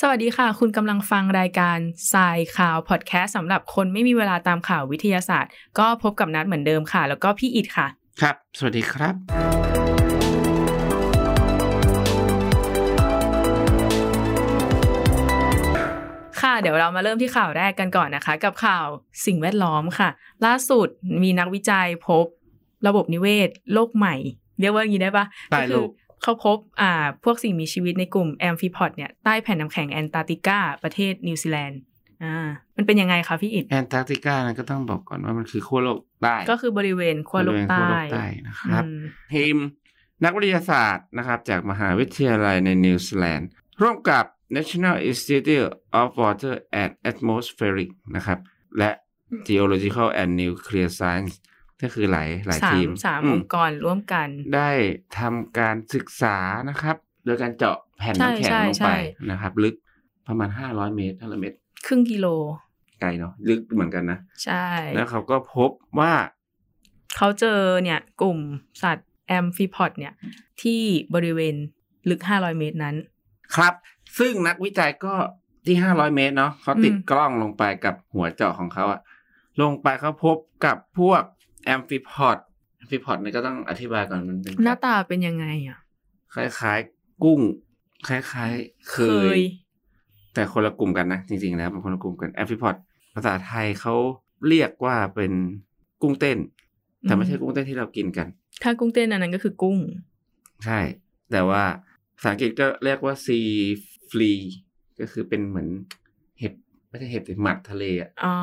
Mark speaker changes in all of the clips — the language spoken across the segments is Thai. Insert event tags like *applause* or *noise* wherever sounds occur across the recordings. Speaker 1: สวัสดีค่ะ คุณกำลังฟังรายการทรายข่าวพอดแคสต์สำหรับคนไม่มีเวลาตามข่าววิทยาศาสตร์ ก็พบกับนัดเหมือนเดิมค่ะ แล้วก็พี่อิดค่ะ
Speaker 2: ครับ สวัสดีครับ
Speaker 1: ค่ะเดี๋ยวเรามาเริ่มที่ข่าวแรกกันก่อนนะคะ กับข่าวสิ่งแวดล้อมค่ะ ล่าสุดมีนักวิจัยพบระบบนิเวศโลกใหม่ เรียกว่าอย่างนี้ได้ปะ
Speaker 2: ใต้โลก
Speaker 1: คือเขาพบอ่าพวกสิ่งมีชีวิตในกลุ่มแอมฟิพอดเนี่ยใต้แผ่นน้ำแข็งแอนตาร์กติกาประเทศนิวซีแลนด์อ่ามันเป็นยังไงคะพี่อิด
Speaker 2: แอนตาร์กติกานะก็ต้องบอกก่อนว่ามันคือขั้วโลกใต้
Speaker 1: ก็คือบริเวณขั้วโลก
Speaker 2: บ
Speaker 1: ใต้
Speaker 2: ริเวณขั้วโลกใต้นะครับ
Speaker 1: อืม
Speaker 2: ทีมนักวิทยาศาสตร์นะครับ จากมหาวิทยาลัยในนิวซีแลนด์ร่วมกับ National Institute of Water and Atmospheric นะครับ และ Geological and Nuclear Science ก็คือหลายหลาย
Speaker 1: สาม
Speaker 2: ทีม
Speaker 1: สาม
Speaker 2: อื
Speaker 1: อ
Speaker 2: ม
Speaker 1: งค์กรร่วมกัน
Speaker 2: ได้ทำการศึกษานะครับ โดยการเจาะแผ่นน้ำแข็ง
Speaker 1: ใช่
Speaker 2: ลง
Speaker 1: ใช่
Speaker 2: ไป
Speaker 1: ใช่
Speaker 2: นะครับ ลึกประมาณ 500 เมตร500เมตร
Speaker 1: ครึ่งกิโล
Speaker 2: ไกลเนาะลึกเหมือนกันนะ
Speaker 1: ใช่
Speaker 2: แล้วเขาก็พบว่า
Speaker 1: เขาเจอเนี่ยกลุ่มสัตว์แอมฟิพอดเนี่ย ที่บริเวณลึก 500 เมตรนั้น
Speaker 2: ครับ ซึ่งนักวิจัยก็ที่ 500 เมตรเนาะเขาติด
Speaker 1: อืม
Speaker 2: กล้องลงไปกับหัวเจาะของเขาอะลงไปเขาพบกับพวกแอมฟิพอดแอมฟิพอดเนี่ยก็ต้องอธิบายก่อนมันเป็น
Speaker 1: หน้าตาเป็นยังไงอ่ะ
Speaker 2: คล้ายๆ กุ้ง คล้ายๆ เค
Speaker 1: เค
Speaker 2: ย
Speaker 1: ย
Speaker 2: แต่คนละกลุ่มกันนะ จริงๆแล้วเป็นคนละกลุ่มกันแอมฟิพอดภาษาไทยเขาเรียกว่าเป็นกุ้งเต้น แต่ไม่ใช่กุ้งเต้นที่เรากินกัน
Speaker 1: ถ้ากุ้งเต้นอันนั้นก็คือกุ้ง
Speaker 2: ใช่ แต่ว่าภาษาอังกฤษก็เรียกว่า sea flea ก็คือเป็นเหมือนเห็บไม่ใช่เห็บแต่หมัดทะเลอะ
Speaker 1: อ๋อ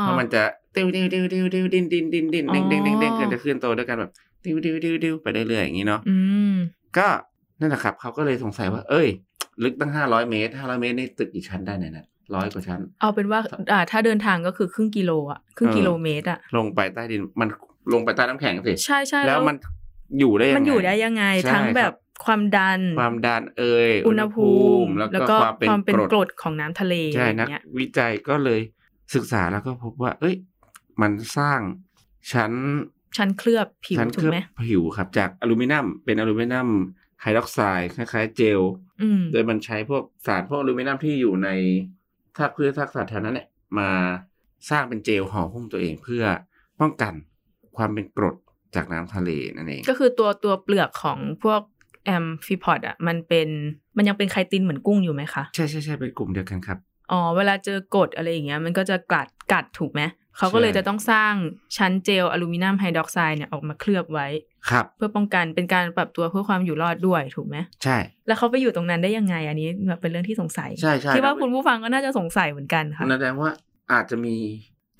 Speaker 2: เพราะมันจะติ้วติ้วติ้วติ้วติ้วดิ้นดิ้นดิ้นดิ้นเด้งเด้งเด้งเด้ง
Speaker 1: อ๋อ
Speaker 2: กันจะเคลื่อนตัวด้วยกันแบบติ้วติ้วติ้วติ้วไปเรื่อยๆอย่างนี้เนาะ
Speaker 1: อืม
Speaker 2: ก็นั่นแหละครับเขาก็เลยสงสัยว่า เอ้ย ลึกตั้งห้าร้อยเมตรห้าร้อยเมตรนี่ตึกกี่ชั้นได้เนี่ยนะร้อยกว่าชั้น
Speaker 1: เอาเป็นว่าอ่าถ้าเดินทางก็คือครึ่งกิโลอ่ะ ครึ่ง
Speaker 2: เออ
Speaker 1: กิโลเมตรอ่ะ
Speaker 2: ลงไปใต้ดินมันลงไปใต้น้ำแข็งสิ
Speaker 1: ใช่ใช่
Speaker 2: แล้วมันอยู่ได้ยังไง
Speaker 1: มันอยู่ได้ยังไง
Speaker 2: ใช่
Speaker 1: ทั้งแบบ
Speaker 2: ครั
Speaker 1: ความดัน
Speaker 2: ความดันเอ่ย
Speaker 1: อุณหภูมิ
Speaker 2: แล้ว
Speaker 1: แล้ว
Speaker 2: ก็
Speaker 1: ก็
Speaker 2: ความเป็น
Speaker 1: ความเป็น
Speaker 2: กรด
Speaker 1: กรดของน้ำทะเล
Speaker 2: ใช่
Speaker 1: อะไรอ
Speaker 2: นัก
Speaker 1: ย่างเงี้ย
Speaker 2: วิจัยก็เลยศึกษาแล้วก็พบว่า เอ้ย มันสร้างชั้น
Speaker 1: ชั้นเคลือบผิว
Speaker 2: ชั้น
Speaker 1: ถูก
Speaker 2: เคลือบ
Speaker 1: ไหม
Speaker 2: ผิวครับ จากอลูมิเนียมเป็นอลูมิเนียมไฮดรอกไซด์คล้ายๆ เจล
Speaker 1: อืม
Speaker 2: โดยมันใช้พวกสารพวกอลูมิเนียมที่อยู่ในซากพืชซากสัตว์แถวนั้นเนี่ยมาสร้างเป็นเจลห่อหุ้มตัวเองเพื่อป้องกันความเป็นกรดจากน้ำทะเลนั่นเอง
Speaker 1: ก็คือตัวตัวเปลือกของพวกแอมฟิพอดอ่ะมันเป็นมันยังเป็นไคตินเหมือนกุ้งอยู่ไหมคะ
Speaker 2: ใช่ใช่ใช่เป็นกลุ่มเดียวกันครับ
Speaker 1: อ๋อ เวลาเจอกรดอะไรอย่างเงี้ยมันก็จะกัดกัดถูกไหมเขาก็เลย
Speaker 2: ใช่
Speaker 1: จะต้องสร้างชั้นเจลอลูมิเนียมไฮดรอกไซด์เนี่ยออกมาเคลือบไว้
Speaker 2: ครับ
Speaker 1: เพื่อป้องกันเป็นการปรับตัวเพื่อความอยู่รอดด้วยถูกไหม
Speaker 2: ใช่
Speaker 1: แล้วเขาไปอยู่ตรงนั้นได้ยังไง อันนี้แบบเป็นเรื่องที่สงสัย
Speaker 2: ใช่ใช่
Speaker 1: คิดว่า
Speaker 2: แล้ว
Speaker 1: คุณผู้ฟังก็น่าจะสงสัยเหมือนกันค่ะ
Speaker 2: นั่นแสดงว่าอาจจะมี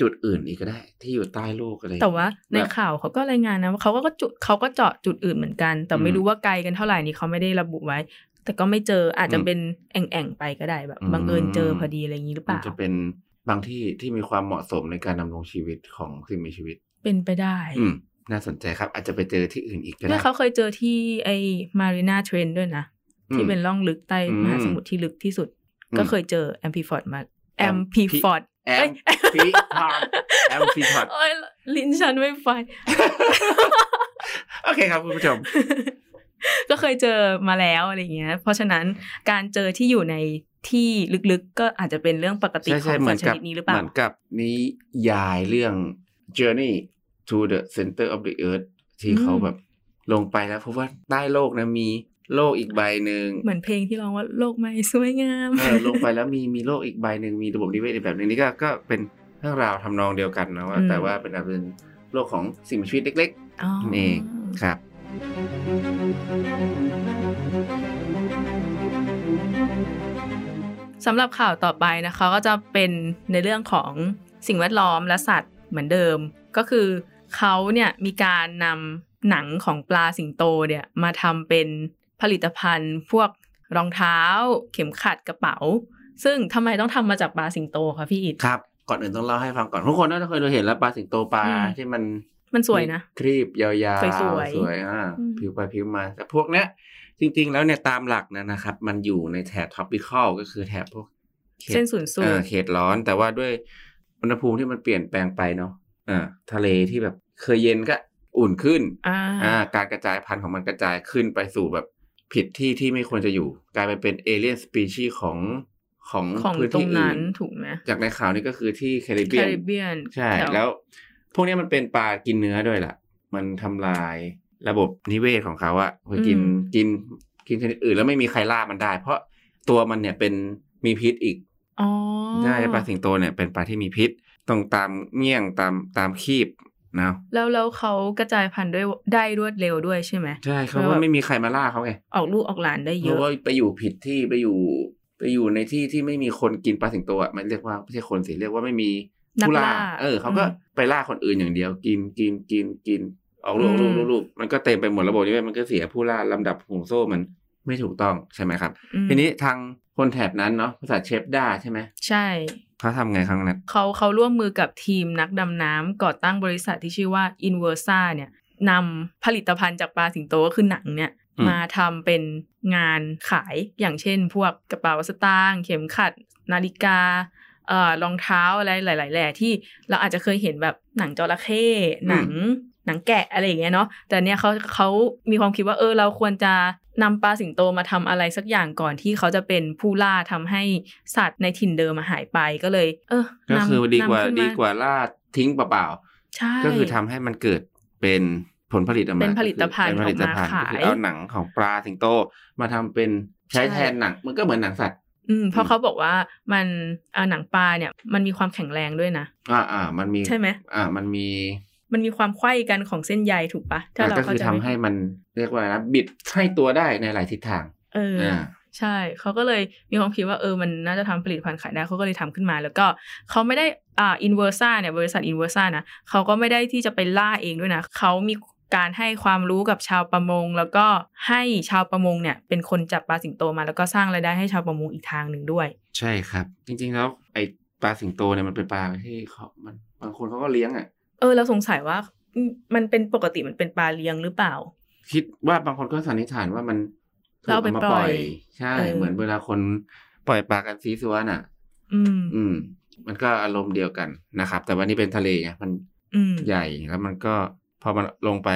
Speaker 2: จุดอื่นอีกก็ได้ ที่อยู่ใต้โลกอะไร
Speaker 1: แต่ว่าใน
Speaker 2: แบบ
Speaker 1: ข่าวเขาก็รายงานนะว่าเขาก็จุดเขาก็เจาะจุดอื่นเหมือนกัน แต่ไม่
Speaker 2: อืม
Speaker 1: รู้ว่าไกลกันเท่าไหร่นี่เขาไม่ได้ระบุไว้ แต่ก็ไม่เจออาจจะ
Speaker 2: อืม
Speaker 1: เป็นแอ่งๆไปก็ได้แบบ
Speaker 2: อืม
Speaker 1: บังเอิญเจอพอดีอะไรอย่างนี้หรือเป
Speaker 2: มัน
Speaker 1: ล่า
Speaker 2: จะเป็นบางที่ที่มีความเหมาะสมในการดำรงชีวิตของสิ่งมีชีวิต
Speaker 1: เป็นไปได้
Speaker 2: อืม น่าสนใจครับ อาจจะไปเจอที่อื่นอีกก็
Speaker 1: เนี่
Speaker 2: ได้
Speaker 1: ยเขาเคยเจอที่ไอ้มารีนาเทรนด้วยนะ
Speaker 2: อืม
Speaker 1: ที่เป็นล่องลึกใต้
Speaker 2: อืม
Speaker 1: มหาสมุทรที่ลึกที่สุด ก็เคยเจอแอมพีฟอร์ดมาแอมพีฟอร์ด
Speaker 2: แอมพีพอดแอมพีพอด
Speaker 1: โอ้ยลิ้นฉันไม่ไฟ
Speaker 2: โอเคครับคุณผู้ชม
Speaker 1: *laughs* ก็เคยเจอมาแล้วอะไรอย่างเงี้ย เพราะฉะนั้นการเจอที่อยู่ในที่ลึกๆ ก็อาจจะเป็นเรื่องปกติ
Speaker 2: ใช่
Speaker 1: ขอ
Speaker 2: ใช่
Speaker 1: ง
Speaker 2: เห
Speaker 1: สั
Speaker 2: มื
Speaker 1: ต
Speaker 2: อน
Speaker 1: ว์ช
Speaker 2: กับ
Speaker 1: นิดนี้หรือเปล่า
Speaker 2: เหมือนกับนิยายเรื่อง Journey to the Center of the Earth ที่เขา
Speaker 1: อืม
Speaker 2: แบบลงไปแล้วเพราะว่าใต้โลกนะมีโลกอีกใบหนึ่ง
Speaker 1: เหมือนเพลงที่ร้องว่าโลกไม่สวยงาม
Speaker 2: เออลงไปแล้วมีมีโลกอีกใบหนึ่งมีระบบนิเวศอีกแบบหนึ่งนี่ก็ก็เป็นเรื่องราวทำนองเดียวกันนะว่า แต่ว่าเป็นแบบเป็นโลกของสิ่งมีชีวิตเล็ก
Speaker 1: อ๋อ
Speaker 2: นั่นเอง ๆ ครับ
Speaker 1: สำหรับข่าวต่อไปนะคะก็จะเป็นในเรื่องของสิ่งแวดล้อมและสัตว์เหมือนเดิม ก็คือเขาเนี่ยมีการนำหนังของปลาสิงโตเนี่ยมาทำเป็นผลิตภัณฑ์ พวกรองเท้า เข็มขัดกระเป๋า ซึ่งทำไมต้องทำมาจากปลาสิงโตคะพี่อิด
Speaker 2: ครับ ก่อนอื่นต้องเล่าให้ฟังก่อนทุกคนน่าจะเคยดูเห็นแล้วปลาสิงโตปลา
Speaker 1: อืม
Speaker 2: ที่มัน
Speaker 1: มันสวยนะ
Speaker 2: ครีบยาว
Speaker 1: สวย
Speaker 2: ๆ
Speaker 1: ๆ
Speaker 2: วยอ่า
Speaker 1: อืม
Speaker 2: ผิวไปผิวมาแต่พวกเนี้ยจริง ๆ แล้วเนี่ยตามหลักนะนะครับ มันอยู่ในแถบท็อปปิคอลก็คือแถบพวกขต
Speaker 1: เส้นศูนย์สู
Speaker 2: เอ
Speaker 1: ต
Speaker 2: อ
Speaker 1: ร
Speaker 2: เขตร้อนแต่ว่าด้วยอุณหภูมิที่มันเปลี่ยนแปลงไปเนาะอ่าทะเลที่แบบเคยเย็นก็อุ่นขึ้น
Speaker 1: อ่า
Speaker 2: การกระจายพันธุ์ของมันกระจายขึ้นไปสู่แบบผิดที่ที่ไม่ควรจะอยู่ กลายไปเป็นเอเลียนสปีชีของ ของ
Speaker 1: ของ
Speaker 2: พื้น
Speaker 1: ตร
Speaker 2: ที่
Speaker 1: ง
Speaker 2: อื่
Speaker 1: นั้น
Speaker 2: น
Speaker 1: ถูกไหม
Speaker 2: จากในข่าวนี้ก็คือที่แคริบ
Speaker 1: แค
Speaker 2: เบียน
Speaker 1: ริบเบียน
Speaker 2: ใช่
Speaker 1: ถ
Speaker 2: แล้วพวกเนี้ยมันเป็นปลากินเนื้อด้วยล่ะ มันทำลายระบบนิเวศของเขาอะพอกินกินกินชนิดอื่นแล้วไม่มีใครล่ามันได้ เพราะตัวมันเนี่ยเป็นมีพิษอีก
Speaker 1: อ๋อ
Speaker 2: ใช่ปลาสิงโตเนี่ยเป็นปลาที่มีพิษต้องตามเมี่ยงตามตามคีบนะ
Speaker 1: แล้วแล้วเขากระจายพันธุ์ด้วยได้รวดเร็วด้วยใช่ไหม
Speaker 2: ใช่เขา
Speaker 1: แล้วแบ
Speaker 2: ว่า
Speaker 1: บ
Speaker 2: ไม่มีใครมาล่าเขาไง
Speaker 1: ออกลูกออกหลานได้
Speaker 2: เพ
Speaker 1: เย
Speaker 2: ราะ
Speaker 1: อะ
Speaker 2: ว่าไปอยู่ผิดที่ไปอยู่ ไปอยู่ในที่ที่ไม่มีคนกินปลาสิงโตอะมันเรียกว่าไม่ใช่คนสิเรียกว่าไม่มีผู้ล่า
Speaker 1: นักล่า
Speaker 2: เออเขาก็
Speaker 1: อืม
Speaker 2: ไปล่าคนอื่นอย่างเดียว กินกินกินกิน ออกลูกออกลูกออกลูกออกลูกมันก็เต็มไปหมดระบบนิเวศมันก็เสียผู้ล่าลำดับห่วงโซ่มันไม่ถูกต้องใช่ไหมครับ
Speaker 1: อืม
Speaker 2: ทีนี้ทางคนแถบนั้นเนาะภาษาเชฟด้าใช่ไหม
Speaker 1: ใช่
Speaker 2: เขาทำไงครั้งนั้น
Speaker 1: เขาเขาร่วมมือกับทีมนักดำน้ำก่อตั้งบริษัทที่ชื่อว่า Inversa เนี่ยนำผลิตภัณฑ์จากปลาสิงโตก็คือหนังเนี่ย
Speaker 2: อืม
Speaker 1: มาทำเป็นงานขายอย่างเช่น พวกกระเป๋าสตางค์เข็มขัด นาฬิกาเอ่อรองเท้าอะไรหลาย ๆ แหล่ที่เราอาจจะเคยเห็นแบบหนังจระเข้หนังหนังแกะอะไรอย่างเงี้ยเนาะแต่เนี่ยเขาเขามีความคิดว่าเออเราควรจะนำปลาสิงโตมาทำอะไรสักอย่างก่อนที่เขาจะเป็นผู้ล่าทำให้สัตว์ในถิ่นเดิมมาหายไปก็เลย เออ
Speaker 2: ก็
Speaker 1: นำ
Speaker 2: คือดีกว่าน
Speaker 1: ำขึ้นม
Speaker 2: ดีกว่าล่าทิ้งเปล่า
Speaker 1: ใช่
Speaker 2: ๆก็คือทำให้มันเกิดเป็นผลผลิตออกมา
Speaker 1: เป็นผลิตภัณฑ์
Speaker 2: เป็น
Speaker 1: อ
Speaker 2: ผ
Speaker 1: อ
Speaker 2: ลิ
Speaker 1: ก
Speaker 2: ต
Speaker 1: มา
Speaker 2: ภัณฑ์ก็
Speaker 1: ขา
Speaker 2: คือย เอาหนังของปลาสิงโตมาทำเป็นใช้
Speaker 1: ใช่
Speaker 2: แทนหนังมันก็เหมือนหนังสัตว์
Speaker 1: อืมเพ
Speaker 2: อื
Speaker 1: ราะ
Speaker 2: ม
Speaker 1: เขาบอกว่ามันเอ่อหนังปลาเนี่ยมันมีความแข็งแรงด้วยนะ
Speaker 2: อ่าอ่ามันมี
Speaker 1: ใช่ไหม
Speaker 2: อ่ามันมี
Speaker 1: มันมีความไขว้กันของเส้นใยถูกปะถ้าเรา
Speaker 2: ก็
Speaker 1: เข้า
Speaker 2: คือ
Speaker 1: ใจ
Speaker 2: ทำให้มันเรียกว่าอะไรนะบิดให้ตัวได้ในหลายทิศทาง
Speaker 1: เอออ
Speaker 2: อ่า
Speaker 1: ใช่เขาก็เลยมีความคิดว่าเออมันน่าจะทำผลิตภัณฑ์ขายได้เขาก็เลยทำขึ้นมา แล้วก็เขาไม่ได้อ่าอินเวอร์ซ่าเนี่ยบริษัทอินเวอร์ซ่านะเขาก็ไม่ได้ที่จะไปล่าเองด้วยนะเขามีการให้ความรู้กับชาวประมง แล้วก็ให้ชาวประมงเนี่ยเป็นคนจับปลาสิงโตมา แล้วก็สร้างรายได้ให้ชาวประมงอีกทางหนึ่งด้วย
Speaker 2: ใช่ครับ จริงๆแล้วไอ้ปลาสิงโตเนี่ยมันเป็นปลาที่เขามันบางคนเขาก็เลี้ยงอ่ะ
Speaker 1: เออเราสงสัยว่าอืมมันเป็นปกติมันเป็นปลาเลี้ยงหรือเปล่า
Speaker 2: คิดว่าบางคนก็สันนิษฐานว่ามันถูก
Speaker 1: แล้วเอาไป
Speaker 2: ม
Speaker 1: ปล่อย
Speaker 2: ใช่
Speaker 1: เออ
Speaker 2: เหมือนเวลาคนปล่อยปลากันซีซัวน่ะ
Speaker 1: อืม
Speaker 2: อืม มันก็อารมณ์เดียวกันนะครับ แต่ว่านี่เป็นทะเลไงมัน
Speaker 1: อืม
Speaker 2: ใหญ่แล้วมันก็พอมันลงไป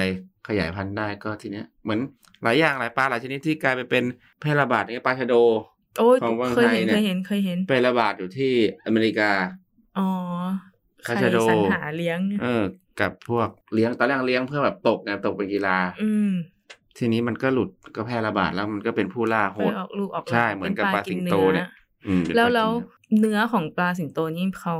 Speaker 2: ขยายพันธุ์ได้ก็ทีเนี้ยเหมือนหลายอย่างหลายปลาหลายชนิดที่กลายไปเป็นแพร่ระบาดเนี่ยปลาชะโด
Speaker 1: โอ้ย
Speaker 2: ของเมือง
Speaker 1: เคยเห็นเค
Speaker 2: ไทย
Speaker 1: ย
Speaker 2: เนี่
Speaker 1: เห็
Speaker 2: ย
Speaker 1: นเคยเห็น
Speaker 2: ไประบาดอยู่ที่อเมริกา
Speaker 1: อ๋อใคร
Speaker 2: คาชาโด
Speaker 1: สรรหาเลี้ยงเนี่ย
Speaker 2: เออ กับพวกเลี้ยงตอนแรกเลี้ยงเพื่อแบบตกไงตกเป็นกีฬา
Speaker 1: อืม
Speaker 2: ทีนี้มันก็หลุดก็แพร่ระบาดแล้วมันก็เป็นผู้ล่าโห
Speaker 1: ไป
Speaker 2: ด
Speaker 1: ออกลูกออกหลาน
Speaker 2: ใช่เหมือนกับปลาสิงโตเนี่ย
Speaker 1: ป็ปลากิอ
Speaker 2: อืมเป็น
Speaker 1: แล้ว
Speaker 2: ปา
Speaker 1: แล้ว
Speaker 2: กินครับ
Speaker 1: เนื้อของปลาสิงโตนี่เขา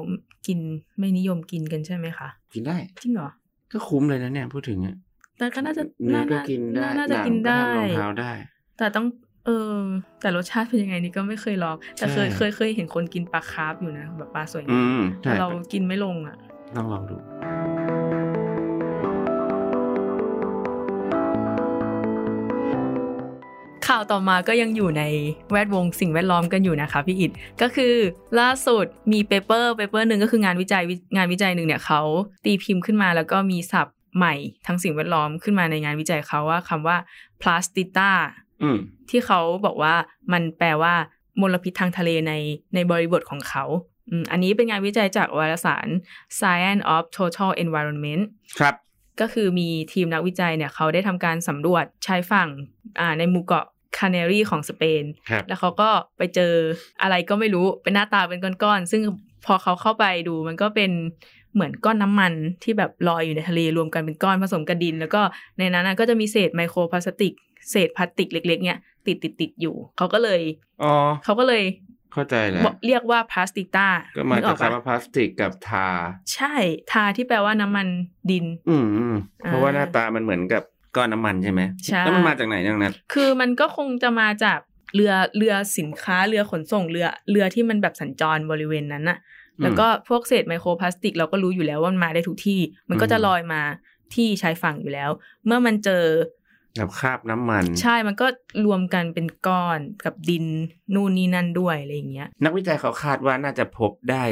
Speaker 1: กินไม่นิยมกินกันใช่ไหมคะ
Speaker 2: กินได้
Speaker 1: จริงเหรอ
Speaker 2: ก็คุ้มเลยนะเนี่ยพูดถึงอะ
Speaker 1: แต่ก็น่าจะ
Speaker 2: เนื้อก็
Speaker 1: าา
Speaker 2: กินได้
Speaker 1: น่าจะ
Speaker 2: หง
Speaker 1: กินได้
Speaker 2: ทำรองเท้าได้
Speaker 1: แต่ต้องเออแต่รสชาติเป็นยังไงนี่ก็ไม่เคยลองแต่เคย
Speaker 2: ใช่
Speaker 1: เคยเคยเห็นคนกินปลาคาร์ฟอยู่นะแบบปลาสวย
Speaker 2: อื
Speaker 1: งาม
Speaker 2: ม
Speaker 1: แต่
Speaker 2: ใช่
Speaker 1: เรากินไม่ลงอ่ะ
Speaker 2: ต้องลองดู
Speaker 1: ข่าวต่อมาก็ยังอยู่ในแวดวงสิ่งแวดล้อมกันอยู่นะคะพี่อิดก็คือล่าสุดมีเปเปอร์เปเปอร์หนึ่งก็คืองานวิจัยงานวิจัยหนึ่งเนี่ยเขาตีพิมพ์ขึ้นมาแล้วก็มีศัพท์ใหม่ทั้งสิ่งแวดล้อมขึ้นมาในงานวิจัยเขาว่าคำว่า plastita
Speaker 2: อืม
Speaker 1: ที่เขาบอกว่ามันแปลว่ามลพิษทางทะเลในในบริบทของเขาอืมอันนี้เป็นงานวิจัยจากวารสาร Science of Total Environment
Speaker 2: ครับ
Speaker 1: ก็คือมีทีมนักวิจัยเนี่ยเขาได้ทำการสำรวจชายฝั่งอ่าในหมู่เกาะคาเนรีของสเปน
Speaker 2: ครับ
Speaker 1: แล้วเขาก็ไปเจออะไรก็ไม่รู้เป็นหน้าตาเป็นก้อนๆ ซึ่งพอเขาเข้าไปดูมันก็เป็นเหมือนก้อนน้ำมันที่แบบลอยอยู่ในทะเลรวมกันเป็นก้อนผสมกับดิน แล้วก็ในนั้นนะก็จะมีเศษไมโครพลาสติก เศษพลาสติกเล็ก ๆ เนี่ยติดติดติดๆๆอยู่เขาก็เลย
Speaker 2: อ๋อ
Speaker 1: เขาก็เลย
Speaker 2: เข้าใจแล้ว
Speaker 1: บอกเรียกว่าพลาสติกตา
Speaker 2: ก็มาจาก
Speaker 1: ปะ
Speaker 2: คำว่าพลาสติกกับทา
Speaker 1: ใช่ทาที่แปลว่าน้ำมันดิน
Speaker 2: อืมอืม
Speaker 1: อ่า
Speaker 2: เพราะว่าหน้าตามันเหมือนกับก้อนน้ำมันใช่ไหม
Speaker 1: ใช่
Speaker 2: แล้วมันมาจากไหนเนี่ยนัท
Speaker 1: คือมันก็คงจะมาจากเรือเรือสินค้าเรือขนส่งเรือเรือที่มันแบบสัญจรบริเวณนั้นน่ะ แล้วก็พวกเศษไมโครพลาสติกเราก็รู้อยู่แล้วว่ามันมาได้ทุกที่ มันก็จะลอยมาที่ชายฝั่งอยู่แล้ว เมื่อมันเจอ
Speaker 2: กับคราบน้ำมัน
Speaker 1: ใช่มันก็รวมกันเป็นก้อนกับดินนู่นนี่นั่นด้วยอะไรอย่างเงี้ย
Speaker 2: นักวิจัยเขาคาดว่าน่าจะพบได้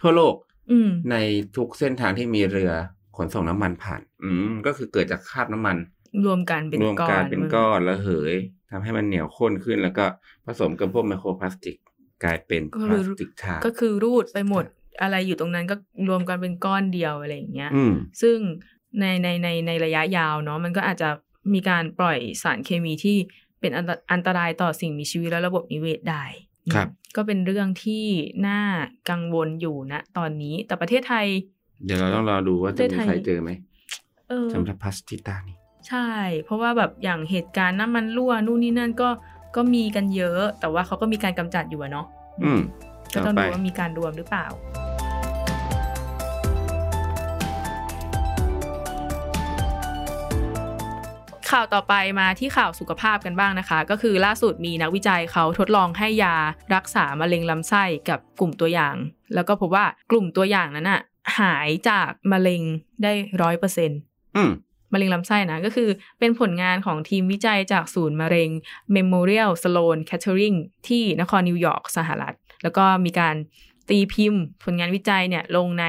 Speaker 2: ทั่วโลก
Speaker 1: อืม
Speaker 2: ในทุกเส้นทางที่มีเรือขนส่งน้ำมันผ่าน อืมก็คือเกิดจากคราบน้ำมัน
Speaker 1: รวมกันเป็น
Speaker 2: รวม
Speaker 1: ก้อน
Speaker 2: กันเป็นก้อนแล้วเหยทำให้มันเหนียวข้นขึ้น แล้วก็ผสมกับพวกไมโครพลาสติก กลายเป็นพลาสติกทา
Speaker 1: ก็คือรูดไปหมดอะไรอยู่ตรงนั้นก็รวมกันเป็นก้อนเดียวอะไรอย่างเงี้ย
Speaker 2: อืม
Speaker 1: ซึ่งในในในในระยะยาวเนาะมันก็อาจจะมีการปล่อยสารเคมีที่เป็นอันตอันตรายต่อสิ่งมีชีวิตและระบบนิเวศได้
Speaker 2: ครับ
Speaker 1: ก็เป็นเรื่องที่น่ากังวลอยู่นะตอนนี้แต่ประเทศไทย
Speaker 2: เดี๋ยวเราต้องรอดูว่าจะมีใครเจอไหม
Speaker 1: เออ
Speaker 2: สำหรับพลาสติกตานี่
Speaker 1: ใช่ เพราะว่าแบบอย่างเหตุการณ์น้ำมันรั่วนู่นนี่นั่นก็ก็มีกันเยอะ แต่ว่าเขาก็มีการกำจัดอยู่อะเนาะ
Speaker 2: อืม
Speaker 1: ก็ต้อง
Speaker 2: ต่อไป
Speaker 1: ดูว่ามีการรวมหรือเปล่า ข่าวต่อไปมาที่ข่าวสุขภาพกันบ้างนะคะ ก็คือล่าสุดมีนักวิจัยเขาทดลองให้ยารักษามะเร็งลำไส้กับกลุ่มตัวอย่าง แล้วก็พบว่ากลุ่มตัวอย่างนั้นอะหายจากมะเร็งได้ร้อยเปอร์เซ็นต์
Speaker 2: อืม
Speaker 1: มะเร็งลำไส้นะก็คือเป็นผลงานของทีมวิจัยจากศูนย์มะเร็ง Memorial Sloan Kettering ที่นครนิวยอร์กสหรัฐ แล้วก็มีการตีพิมพ์ผลงานวิจัยเนี่ยลงใน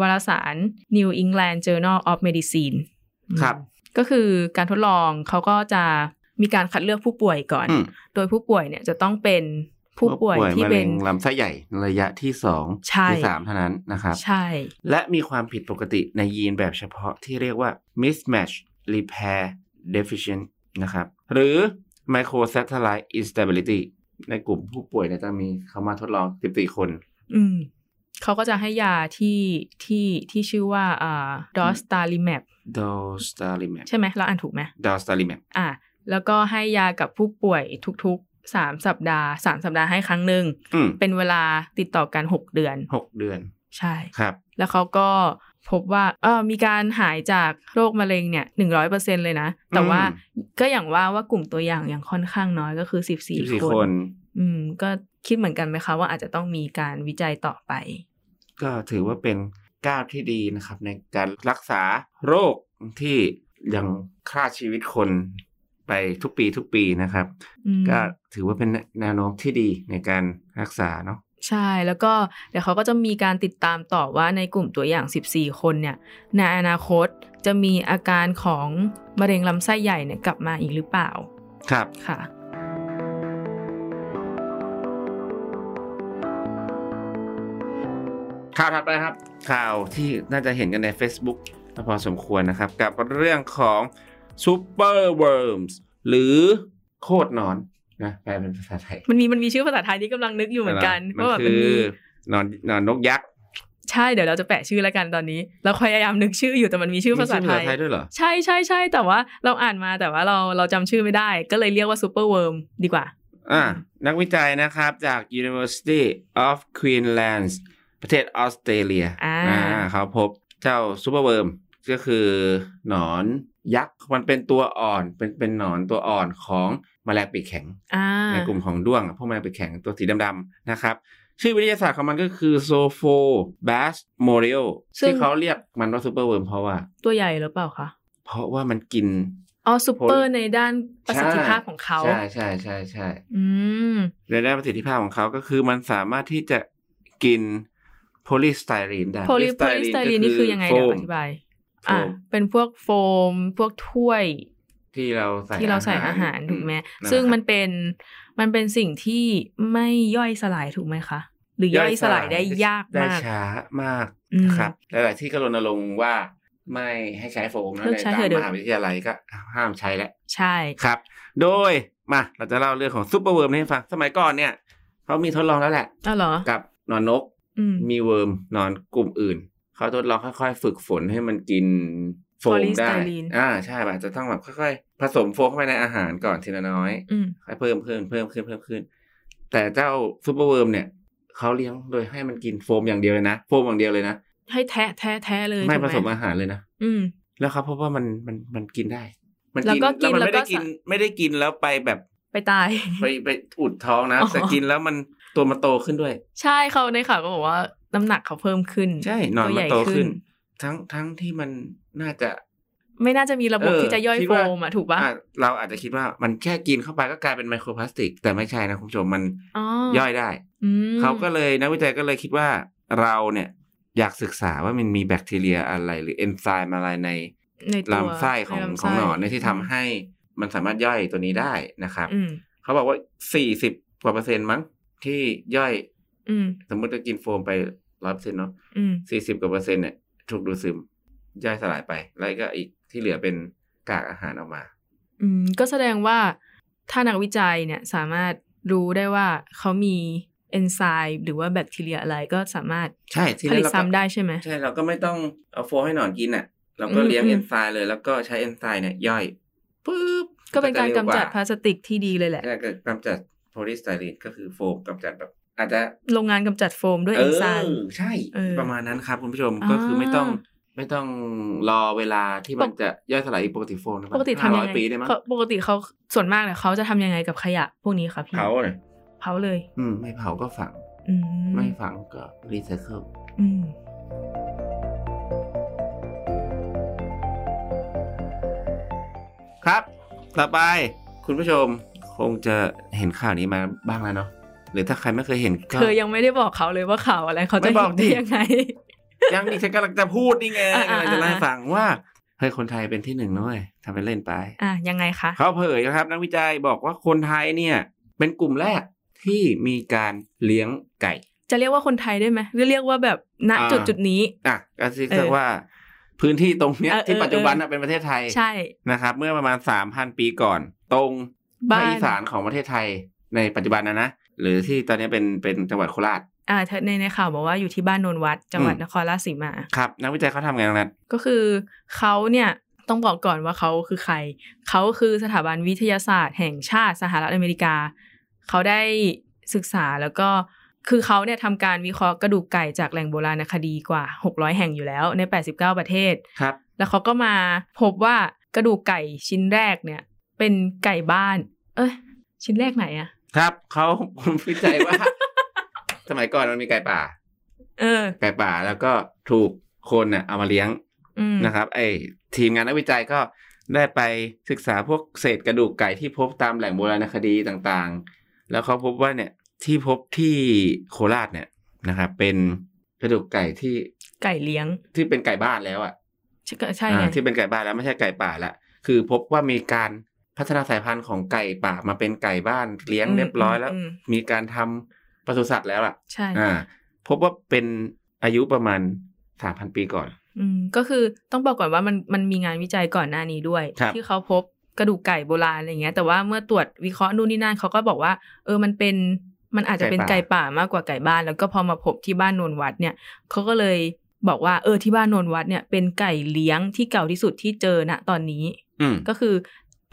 Speaker 1: วารสาร New England Journal of Medicine
Speaker 2: ครับ
Speaker 1: ก็คือการทดลองเขาก็จะมีการคัดเลือกผู้ป่วยก่อน
Speaker 2: อืม
Speaker 1: โดยผู้ป่วยเนี่ยจะต้องเป็นผู้ป่วยที่
Speaker 2: มะ
Speaker 1: เป็
Speaker 2: ร็
Speaker 1: น
Speaker 2: งลำไส้ใหญ่ระยะที่สอง
Speaker 1: ใช่
Speaker 2: ที่สามเท่านั้นนะครับ
Speaker 1: ใช่
Speaker 2: และมีความผิดปกติในยีนแบบเฉพาะที่เรียกว่า mismatch repair deficient นะครับ หรือ microsatellite instability ในกลุ่มผู้ป่วยเนี่ยจะมีเขามาทดลอง 14 คน
Speaker 1: อืมเขาก็จะให้ยาที่ที่ที่ชื่อว่าอ่าดอสตาลิแม
Speaker 2: d o s t a l i m a b
Speaker 1: ใช่ไหมเราอ่านถูกไหม
Speaker 2: d o s t a l i m a b
Speaker 1: อ่ะ แล้วก็ให้ยากับผู้ป่วยทุกๆสามสัปดาห์สามสัปดาห์ให้ครั้งหนึ่ง
Speaker 2: อืม
Speaker 1: เป็นเวลาติดต่อกันหกเดือน
Speaker 2: หกเดือน
Speaker 1: ใช่
Speaker 2: ครับ
Speaker 1: แล้วเขาก็พบว่าเออมีการหายจากโรคมะเร็งเนี่ยหนึ่งร้อยเปอร์เซ็นเลยนะ แต่ว่าก็อย่างว่าว่ากลุ่มตัวอย่างยังค่อนข้างน้อยก็คือสิบสี่
Speaker 2: 14
Speaker 1: ค
Speaker 2: คน น
Speaker 1: อืม ก็คิดเหมือนกันไหมคะว่าอาจจะต้องมีการวิจัยต่อไป
Speaker 2: ก็ถือว่าเป็นก้าวที่ดีนะครับ ในการรักษาโรคที่ยังฆ่าชีวิตคนไปทุกปีทุกปีนะครับ
Speaker 1: อืม
Speaker 2: ก็ถือว่าเป็นแนวโน้มที่ดีในการรักษาเนาะ
Speaker 1: ใช่แล้วก็เดี๋ยวเขาก็จะมีการติดตามต่อว่าในกลุ่มตัวอย่าง 14 คนเนี่ย ในอนาคตจะมีอาการของมะเร็งลำไส้ใหญ่เนี่ยกลับมาอีกหรือเปล่า
Speaker 2: ครับ
Speaker 1: ค่ะ
Speaker 2: ข่าวถัดไปครับ ข่าวที่น่าจะเห็นกันใน Facebook พอสมควรนะครับ กับเรื่องของซูเปอร์เวิร์มส์หรือโคตรหนอนนะแปลเป็นภาษาไทย
Speaker 1: มันมีมันมีชื่อภาษาไทยที่กำลังนึกอยู่เหมือนกัน
Speaker 2: มัน
Speaker 1: ว่าแบบ
Speaker 2: คื
Speaker 1: มัน
Speaker 2: อ
Speaker 1: มี
Speaker 2: หนอนหนอนนกยักษ์
Speaker 1: ใช่เดี๋ยวเราจะแปะชื่อแล้วกันตอนนี้ เราพยายามนึกชื่ออยู่แต่มันมีชื่อภาษา
Speaker 2: มี
Speaker 1: ไทย
Speaker 2: ไทยด้วยเหรอ
Speaker 1: ใช่ใช่ใช่แต่ว่าเราอ่านมาแต่ว่าเราเราจำชื่อไม่ได้ ก็เลยเรียกว่าซูเปอร์เวิร์มดีกว่า
Speaker 2: อ่านักวิจัยนะครับจาก University of Queensland ประเทศออสเตรเลีย
Speaker 1: อ่า
Speaker 2: เขาพบเจ้าซูเปอร์เวิร์มก็คือหนอนยักษ์มันเป็นตัวอ่อนเป็นเป็นหนอนตัวอ่อนของแมลงปีกแข็ง
Speaker 1: อ่า
Speaker 2: ในกลุ่มของด้วงอะพวกแมลงปีกแข็งตัวสีดำๆนะครับ ชื่อวิทยาศาสตร์ของมันก็คือโซโฟบ a สโมเร o ที่เขาเรียกมันว่าซูเปอร์เวิร์มเพราะว่า
Speaker 1: ตัวใหญ่หรือเปล่าคะ
Speaker 2: เพราะว่ามันกิน
Speaker 1: อ๋อซูเปอร์ในด้านประสิทธิภาพของเขา
Speaker 2: ใช่ใช่ใช่ใช่
Speaker 1: อืม
Speaker 2: รายได้ประสิทธิภาพของเขาก็คือมันสามารถที่จะกินโพลีสไตรีนได้
Speaker 1: โพลีโพลีสไตรีนนี่คือยังไงเดี๋ยวอธิบาย อ่ะ
Speaker 2: โฟม
Speaker 1: เป็นพวกโฟม พวกถ้วย
Speaker 2: ที่เราใส่
Speaker 1: ที่เราใส่อาหารถูกไหม
Speaker 2: อื นั่นแหละ
Speaker 1: ซึ่งมันเป็นมันเป็นสิ่งที่ไม่ย่อยสลายถูกไหมคะ หรือย่อยสลายได้ยาก
Speaker 2: ได้
Speaker 1: มาก
Speaker 2: ช้ามาก
Speaker 1: อืม
Speaker 2: ครับหลาย ๆ ที่ก็รณรงค์ว่าไม่ให้ใช้โฟมนะ
Speaker 1: เลิ
Speaker 2: ใน
Speaker 1: กใช้
Speaker 2: ตา
Speaker 1: เถ
Speaker 2: ม
Speaker 1: อะเดี๋ย
Speaker 2: ม
Speaker 1: ว
Speaker 2: หาวิทยาลัยก็ห้ามใช้แล้ว
Speaker 1: ใช่
Speaker 2: ครับ โดยมาเราจะเล่าเรื่องของซูเปอร์เวิร์มให้ฟัง สมัยก่อนเนี่ยเขามีทดลองแล้วแหละ
Speaker 1: อ้าวเหรอ
Speaker 2: กับหนอนนก
Speaker 1: อืม
Speaker 2: มีเวิร์มนอนกลุ่มอื่น เขาทดลองค่อยๆ ฝึกฝนให้มันกินโฟมได้
Speaker 1: Polystyrene
Speaker 2: อ่าใช่อาจจะต้องแบบค่อยๆ ผสมโฟมเข้าไปในอาหารก่อนทีละน้อย
Speaker 1: อืม
Speaker 2: ค่อยเพิ่มเพิ่มเพิ่มขึ้นเพิ่มขึ้น แต่เจ้าซูเปอร์เวิร์มเนี่ยเขาเลี้ยงโดยให้มันกินโฟมอย่างเดียวเลยนะ โฟมอย่างเดียวเลยนะ
Speaker 1: ให้แท้แท้แท้เลย
Speaker 2: ไม่
Speaker 1: ถูก
Speaker 2: ผสม
Speaker 1: ห
Speaker 2: อาหารเลยนะ
Speaker 1: อืม
Speaker 2: แล้วเขาพบว่ามันมันมันกินได้ มัน
Speaker 1: แล้วก็กิน
Speaker 2: แล้ว
Speaker 1: แล้ว
Speaker 2: มันไม่ได้
Speaker 1: ก็
Speaker 2: กิน
Speaker 1: สะ
Speaker 2: ไม่ได้กินแล้วไปแบบ
Speaker 1: ไปตาย
Speaker 2: ไปไปอุดท้องนะ
Speaker 1: อ๋อ
Speaker 2: แต่กินแล้วมันตัวมันโตขึ้นด้วย
Speaker 1: ใช่เขาในข่าวก็บอกว่าน้ำหนักเขาเพิ่มขึ้น
Speaker 2: ใช่หนอ
Speaker 1: ว
Speaker 2: นมัน
Speaker 1: ใหญ่
Speaker 2: โตขึ้น ทั้งทั้งที่มันน่าจะ
Speaker 1: ไม่น่าจะมีระบบ
Speaker 2: เออ
Speaker 1: ที่จะย่อย
Speaker 2: คิด
Speaker 1: โฟ
Speaker 2: ว่า
Speaker 1: มอ่ะถูกปะ
Speaker 2: อ่ะเราอาจจะคิดว่ามันแค่กินเข้าไปก็กลายเป็นไมโครพลาสติก แต่ไม่ใช่นะคุณผู้ชมมัน
Speaker 1: อ๋อย่
Speaker 2: อยได้
Speaker 1: อืม
Speaker 2: เขาก็เลยนักวิจัยก็เลยคิดว่าเราเนี่ยอยากศึกษาว่ามันมีแบคทีเรียอะไร หรือเอนไซม์อะไรใน
Speaker 1: ในตัว
Speaker 2: ลำไส้ของ
Speaker 1: ในลำไส้
Speaker 2: ของหนอนเนี่ยที่ทำ
Speaker 1: อืม
Speaker 2: ให้มันสามารถย่อยตัวนี้ได้นะครับ
Speaker 1: อืม
Speaker 2: เขาบอกว่า 40 กว่าเปอร์เซ็นต์มั้งที่ย่อย
Speaker 1: อืม
Speaker 2: สมมติจะกินโฟมไปร้อยเปอร์เซ็นต์เนาะ
Speaker 1: อืม
Speaker 2: สี่สิบกว่าเปอร์เซ็นต์เนี่ยถูกดูดซึมย่อยสลายไป แล้วก็อีกที่เหลือเป็นกากอาหารออกมา
Speaker 1: อืม ก็แสดงว่าถ้านักวิจัยเนี่ยสามารถ รู้ได้ว่าเขามีเอนไซม์หรือว่าแบคทีเรียอะไรก็สามารถ
Speaker 2: ใช่ที่
Speaker 1: ผลิต
Speaker 2: เราก็
Speaker 1: ซ้ำได้ใช่ไหม
Speaker 2: ใช่เราก็ไม่ต้องเอาโฟให้หนอนกินอ่ะ เราก็
Speaker 1: อืม
Speaker 2: เลี้ยง
Speaker 1: อืม
Speaker 2: เอนไซม์เลยแล้วก็ใช้เอนไซม์เนี่ยย่อยปุ๊บ
Speaker 1: ก็เป็นการกำจัดพลา
Speaker 2: พา
Speaker 1: สติกที่ดีเลยแหละ
Speaker 2: ใช่ก็กำจัดโพลีสไตรีนก็คือโฟมกำจัดแบบ อาจจะ
Speaker 1: โรงงานกำจัดโฟมด้วยเอนไซม์
Speaker 2: อใช่
Speaker 1: เออ
Speaker 2: ประมาณนั้นครับคุณผู้ชม
Speaker 1: อ่า
Speaker 2: ก็คือไม่ต้องไม่ต้องรอเวลาที่มันจะย่อยสลายปกติโฟมนะ
Speaker 1: ปกติทำยังไง
Speaker 2: 500ปีได้มั้ง
Speaker 1: เขาปกติเขาส่วนมากเนี่ยเขาจะทำยังไงกับขยะพวกนี้คะพี่
Speaker 2: เผาเลย
Speaker 1: เผาเลย
Speaker 2: อืมไม่เผาก็ฝัง
Speaker 1: อื
Speaker 2: ไม่ฝังก็รีไซเคิล
Speaker 1: อืม
Speaker 2: ครับ ต่อไปคุณผู้ชมคงจะเห็นข่าวนี้มาบ้างแล้วเนาะ หรือถ้าใครไม่เคยเห็นก็
Speaker 1: เธอยังไม่ได้บอกเขาเลยว่าข่าวอะไรเขาจะ
Speaker 2: ไม่บอก
Speaker 1: เห็นได้
Speaker 2: ดิ
Speaker 1: ยังไง
Speaker 2: ยังดิฉันกำลังจะพูดนี่ไง
Speaker 1: อ่ะอ่ะ
Speaker 2: กำลังจะไล่าให้
Speaker 1: อ่ะ
Speaker 2: ฟังว่าเฮ้ยคนไทยเป็นที่หนึ่งนะเว้ยทำเป็นเล่นไป
Speaker 1: อ่ะยังไงคะ
Speaker 2: เขาเผยนะครับ นักวิจัยบอกว่าคนไทยเนี่ย เป็นกลุ่มแรกที่มีการเลี้ยงไก่
Speaker 1: จะเรียกว่าคนไทยได้ไหมหรือเรียกว่าแบบณ
Speaker 2: อ่า
Speaker 1: จุดจุดนี้
Speaker 2: อ่ะก็คือ
Speaker 1: เออ
Speaker 2: เรียกว่า พื้นที่ตรงเนี้ย
Speaker 1: เออเออ
Speaker 2: ที่ปัจจุบันน่ะ
Speaker 1: เออ
Speaker 2: เป็นประเทศไทย
Speaker 1: ใช่
Speaker 2: นะครับ เมื่อประมาณสามพันปีก่อน ตรง ภา
Speaker 1: บ้า
Speaker 2: คน อีสานของประเทศไทยในปัจจุบันนะนะ หรือที่ตอนนี้เป็นเป็นจังหวัดโคราช
Speaker 1: อ่าเธอในในข่าวบอกว่าอยู่ที่บ้านโนนวัดจังหวัด
Speaker 2: อืม
Speaker 1: นครราชสีมา
Speaker 2: ครับ นักวิจัยเขาทำไงตรงนั้น
Speaker 1: ก็คือเขาเนี่ยต้องบอกก่อนว่าเขาคือใคร เขาคือสถาบันวิทยาศาสตร์แห่งชาติสหรัฐอเมริกา เขาได้ศึกษาแล้วก็คือเขาเนี่ยทำการวิเคราะห์กระดูกไก่จากแหล่งโบราณคดีกว่า 600 แห่งอยู่แล้วใน 89 ประเทศ
Speaker 2: ครับ
Speaker 1: แล้วเขาก็มาพบว่ากระดูกไก่ชิ้นแรกเนี่ย เป็นไก่บ้าน เอ้ยชิ้นแรกไหนอะ
Speaker 2: ครับเขา *laughs* วิจัยว่า สมัยก่อนมันมีไก่ป่า
Speaker 1: เออ
Speaker 2: ไก่ป่าแล้วก็ถูกคนน่ะเอามาเลี้ยง
Speaker 1: อืม
Speaker 2: นะครับ ไอทีมงานนักวิจัยก็ได้ไปศึกษาพวกเศษกระดูกไก่ที่พบตามแหล่งโบราณคดีต่างๆ แล้วเขาพบว่าเนี่ยที่พบที่โคราชเนี่ยนะครับ เป็นกระดูกไก่ที่
Speaker 1: ไก่เลี้ยง
Speaker 2: ที่เป็นไก่บ้านแล้วอะ
Speaker 1: ใช่ก็ใช่ไง
Speaker 2: อ่าที่เป็นไก่บ้านแล้วไม่ใช่ไก่ป่าละคือพบว่ามีการพัฒนาสายพันธุ์ของไก่ป่ามาเป็นไก่บ้านเลี้ยงเรียบร้อยแล้ว
Speaker 1: ม
Speaker 2: มีการทำปศุสัตว์แล้วล่ะ
Speaker 1: ใช่
Speaker 2: อ่า พบว่าเป็นอายุประมาณสามพันปีก่อน
Speaker 1: อืมก็คือต้องบอกก่อนว่ามันมันมีงานวิจัยก่อนหน้านี้ด้วย
Speaker 2: ครับ
Speaker 1: ที่เขาพบกระดูกไก่โบราณอะไรเงี้ยแต่ว่าเมื่อตรวจวิเคราะห์นู่นนี่นั่นเขาก็บอกว่า เออมันเป็นมันอาจจะเป็นไก่ป่ามากกว่าไก่บ้าน แล้วก็พอมาพบที่บ้านโนนวัดเนี่ยเขาก็เลยบอกว่าเออที่บ้านโนนวัดเนี่ยเป็นไก่เลี้ยงที่เก่าที่สุดที่เจอณตอนนี้
Speaker 2: อืม
Speaker 1: ก็คือ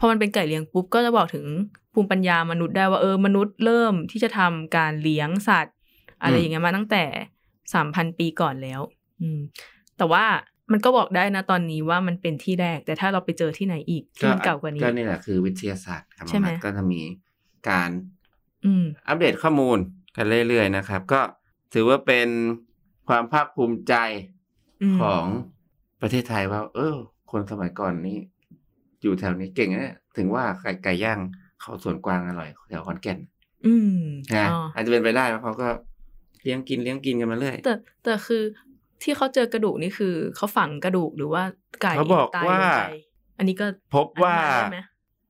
Speaker 1: พอมันเป็นไก่เลี้ยงปุ๊บก็จะบอกถึงภูมิปัญญามนุษย์ได้ว่าเออมนุษย์เริ่มที่จะทำการเลี้ยงสัตว์ อะไร
Speaker 2: อืม
Speaker 1: อย่างเงี้ยมาตั้งแต่สามพันปีก่อนแล้ว อืม แต่ว่ามันก็บอกได้นะตอนนี้ว่ามันเป็นที่แรก แต่ถ้าเราไปเจอที่ไหนอีกที่มันเก่ากว่านี้
Speaker 2: ก็นี่แหละคือวิทยาศาสตร์ครับ
Speaker 1: ใช่ไหม
Speaker 2: นก็จะมีการ
Speaker 1: อืม
Speaker 2: อัปเดตข้อมูลกันเรื่อยๆนะครับ ก็ถือว่าเป็นความภาคภูมิใจ
Speaker 1: อืม
Speaker 2: ของประเทศไทยว่า เออ คนสมัยก่อนนี้ อยู่แถวนี้เก่งนะเนี่ยถึงว่าไก่ไก่ย่างเขาสวนกวางอร่อยแถวขอนแก่น
Speaker 1: อืม
Speaker 2: นะ
Speaker 1: อ๋อ
Speaker 2: อาจจะเป็นไปได้เพราะเขาก็เลี้ยงกินเลี้ยงกินกันมาเรื่อย
Speaker 1: แต่แต่คือที่เขาเจอกระดูกนี่คือเขาฝังกระดูกหรือว่าไก่
Speaker 2: เขาบอก
Speaker 1: ตยลง
Speaker 2: ว่า
Speaker 1: ไปอันนี้ก็
Speaker 2: พบว่า
Speaker 1: อธิบายได้ไหม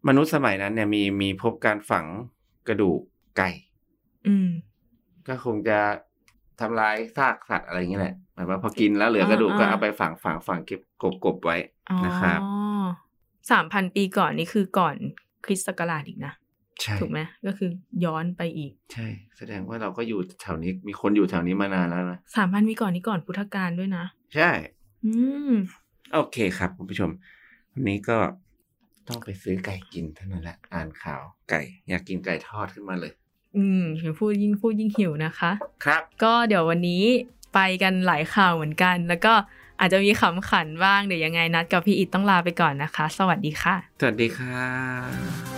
Speaker 2: มนุษย์สมัยนั้นเนี่ยมีมีพบการฝังกระดูกไก่
Speaker 1: อืม
Speaker 2: ก็คงจะทำลายซากสัตว์อะไรอย่างเงี้ยแหละหมายว่าพอกินแล้วเหลือกระดูกก็
Speaker 1: อ่าๆ
Speaker 2: เอาไปฝังฝังฝังเก็บกบกบไว้
Speaker 1: อ๋อ
Speaker 2: นะครับ
Speaker 1: สามพันปีก่อนนี่คือก่อนคริสต์ศักราชอีกนะ
Speaker 2: ใช่
Speaker 1: ถูกไหมก็คือย้อนไปอีก
Speaker 2: ใช่ แสดงว่าเราก็อยู่แถวนี้มีคนอยู่แถวนี้มานานแล้วนะ
Speaker 1: สามพันปีก่อนนี้ก่อนพุทธกาลด้วยนะ
Speaker 2: ใช่
Speaker 1: อืม
Speaker 2: โอเคครับคุณผู้ชม วันนี้ก็ต้องไปซื้อไก่กินเท่านั้นแหละอ่านข่าวไก่ อยากกินไก่ทอดขึ้นมาเลย
Speaker 1: อืมยิ่งพูดยิ่งพูดยิ่งหิวนะคะ
Speaker 2: ครับ
Speaker 1: ก็เดี๋ยววันนี้ไปกันหลายข่าวเหมือนกัน แล้วก็อาจจะมีขำขันบ้างเดี๋ยวยังไงนัดกับพี่อิดต้องลาไปก่อนนะคะ สวัสดีค่ะ
Speaker 2: สวัสดีครับ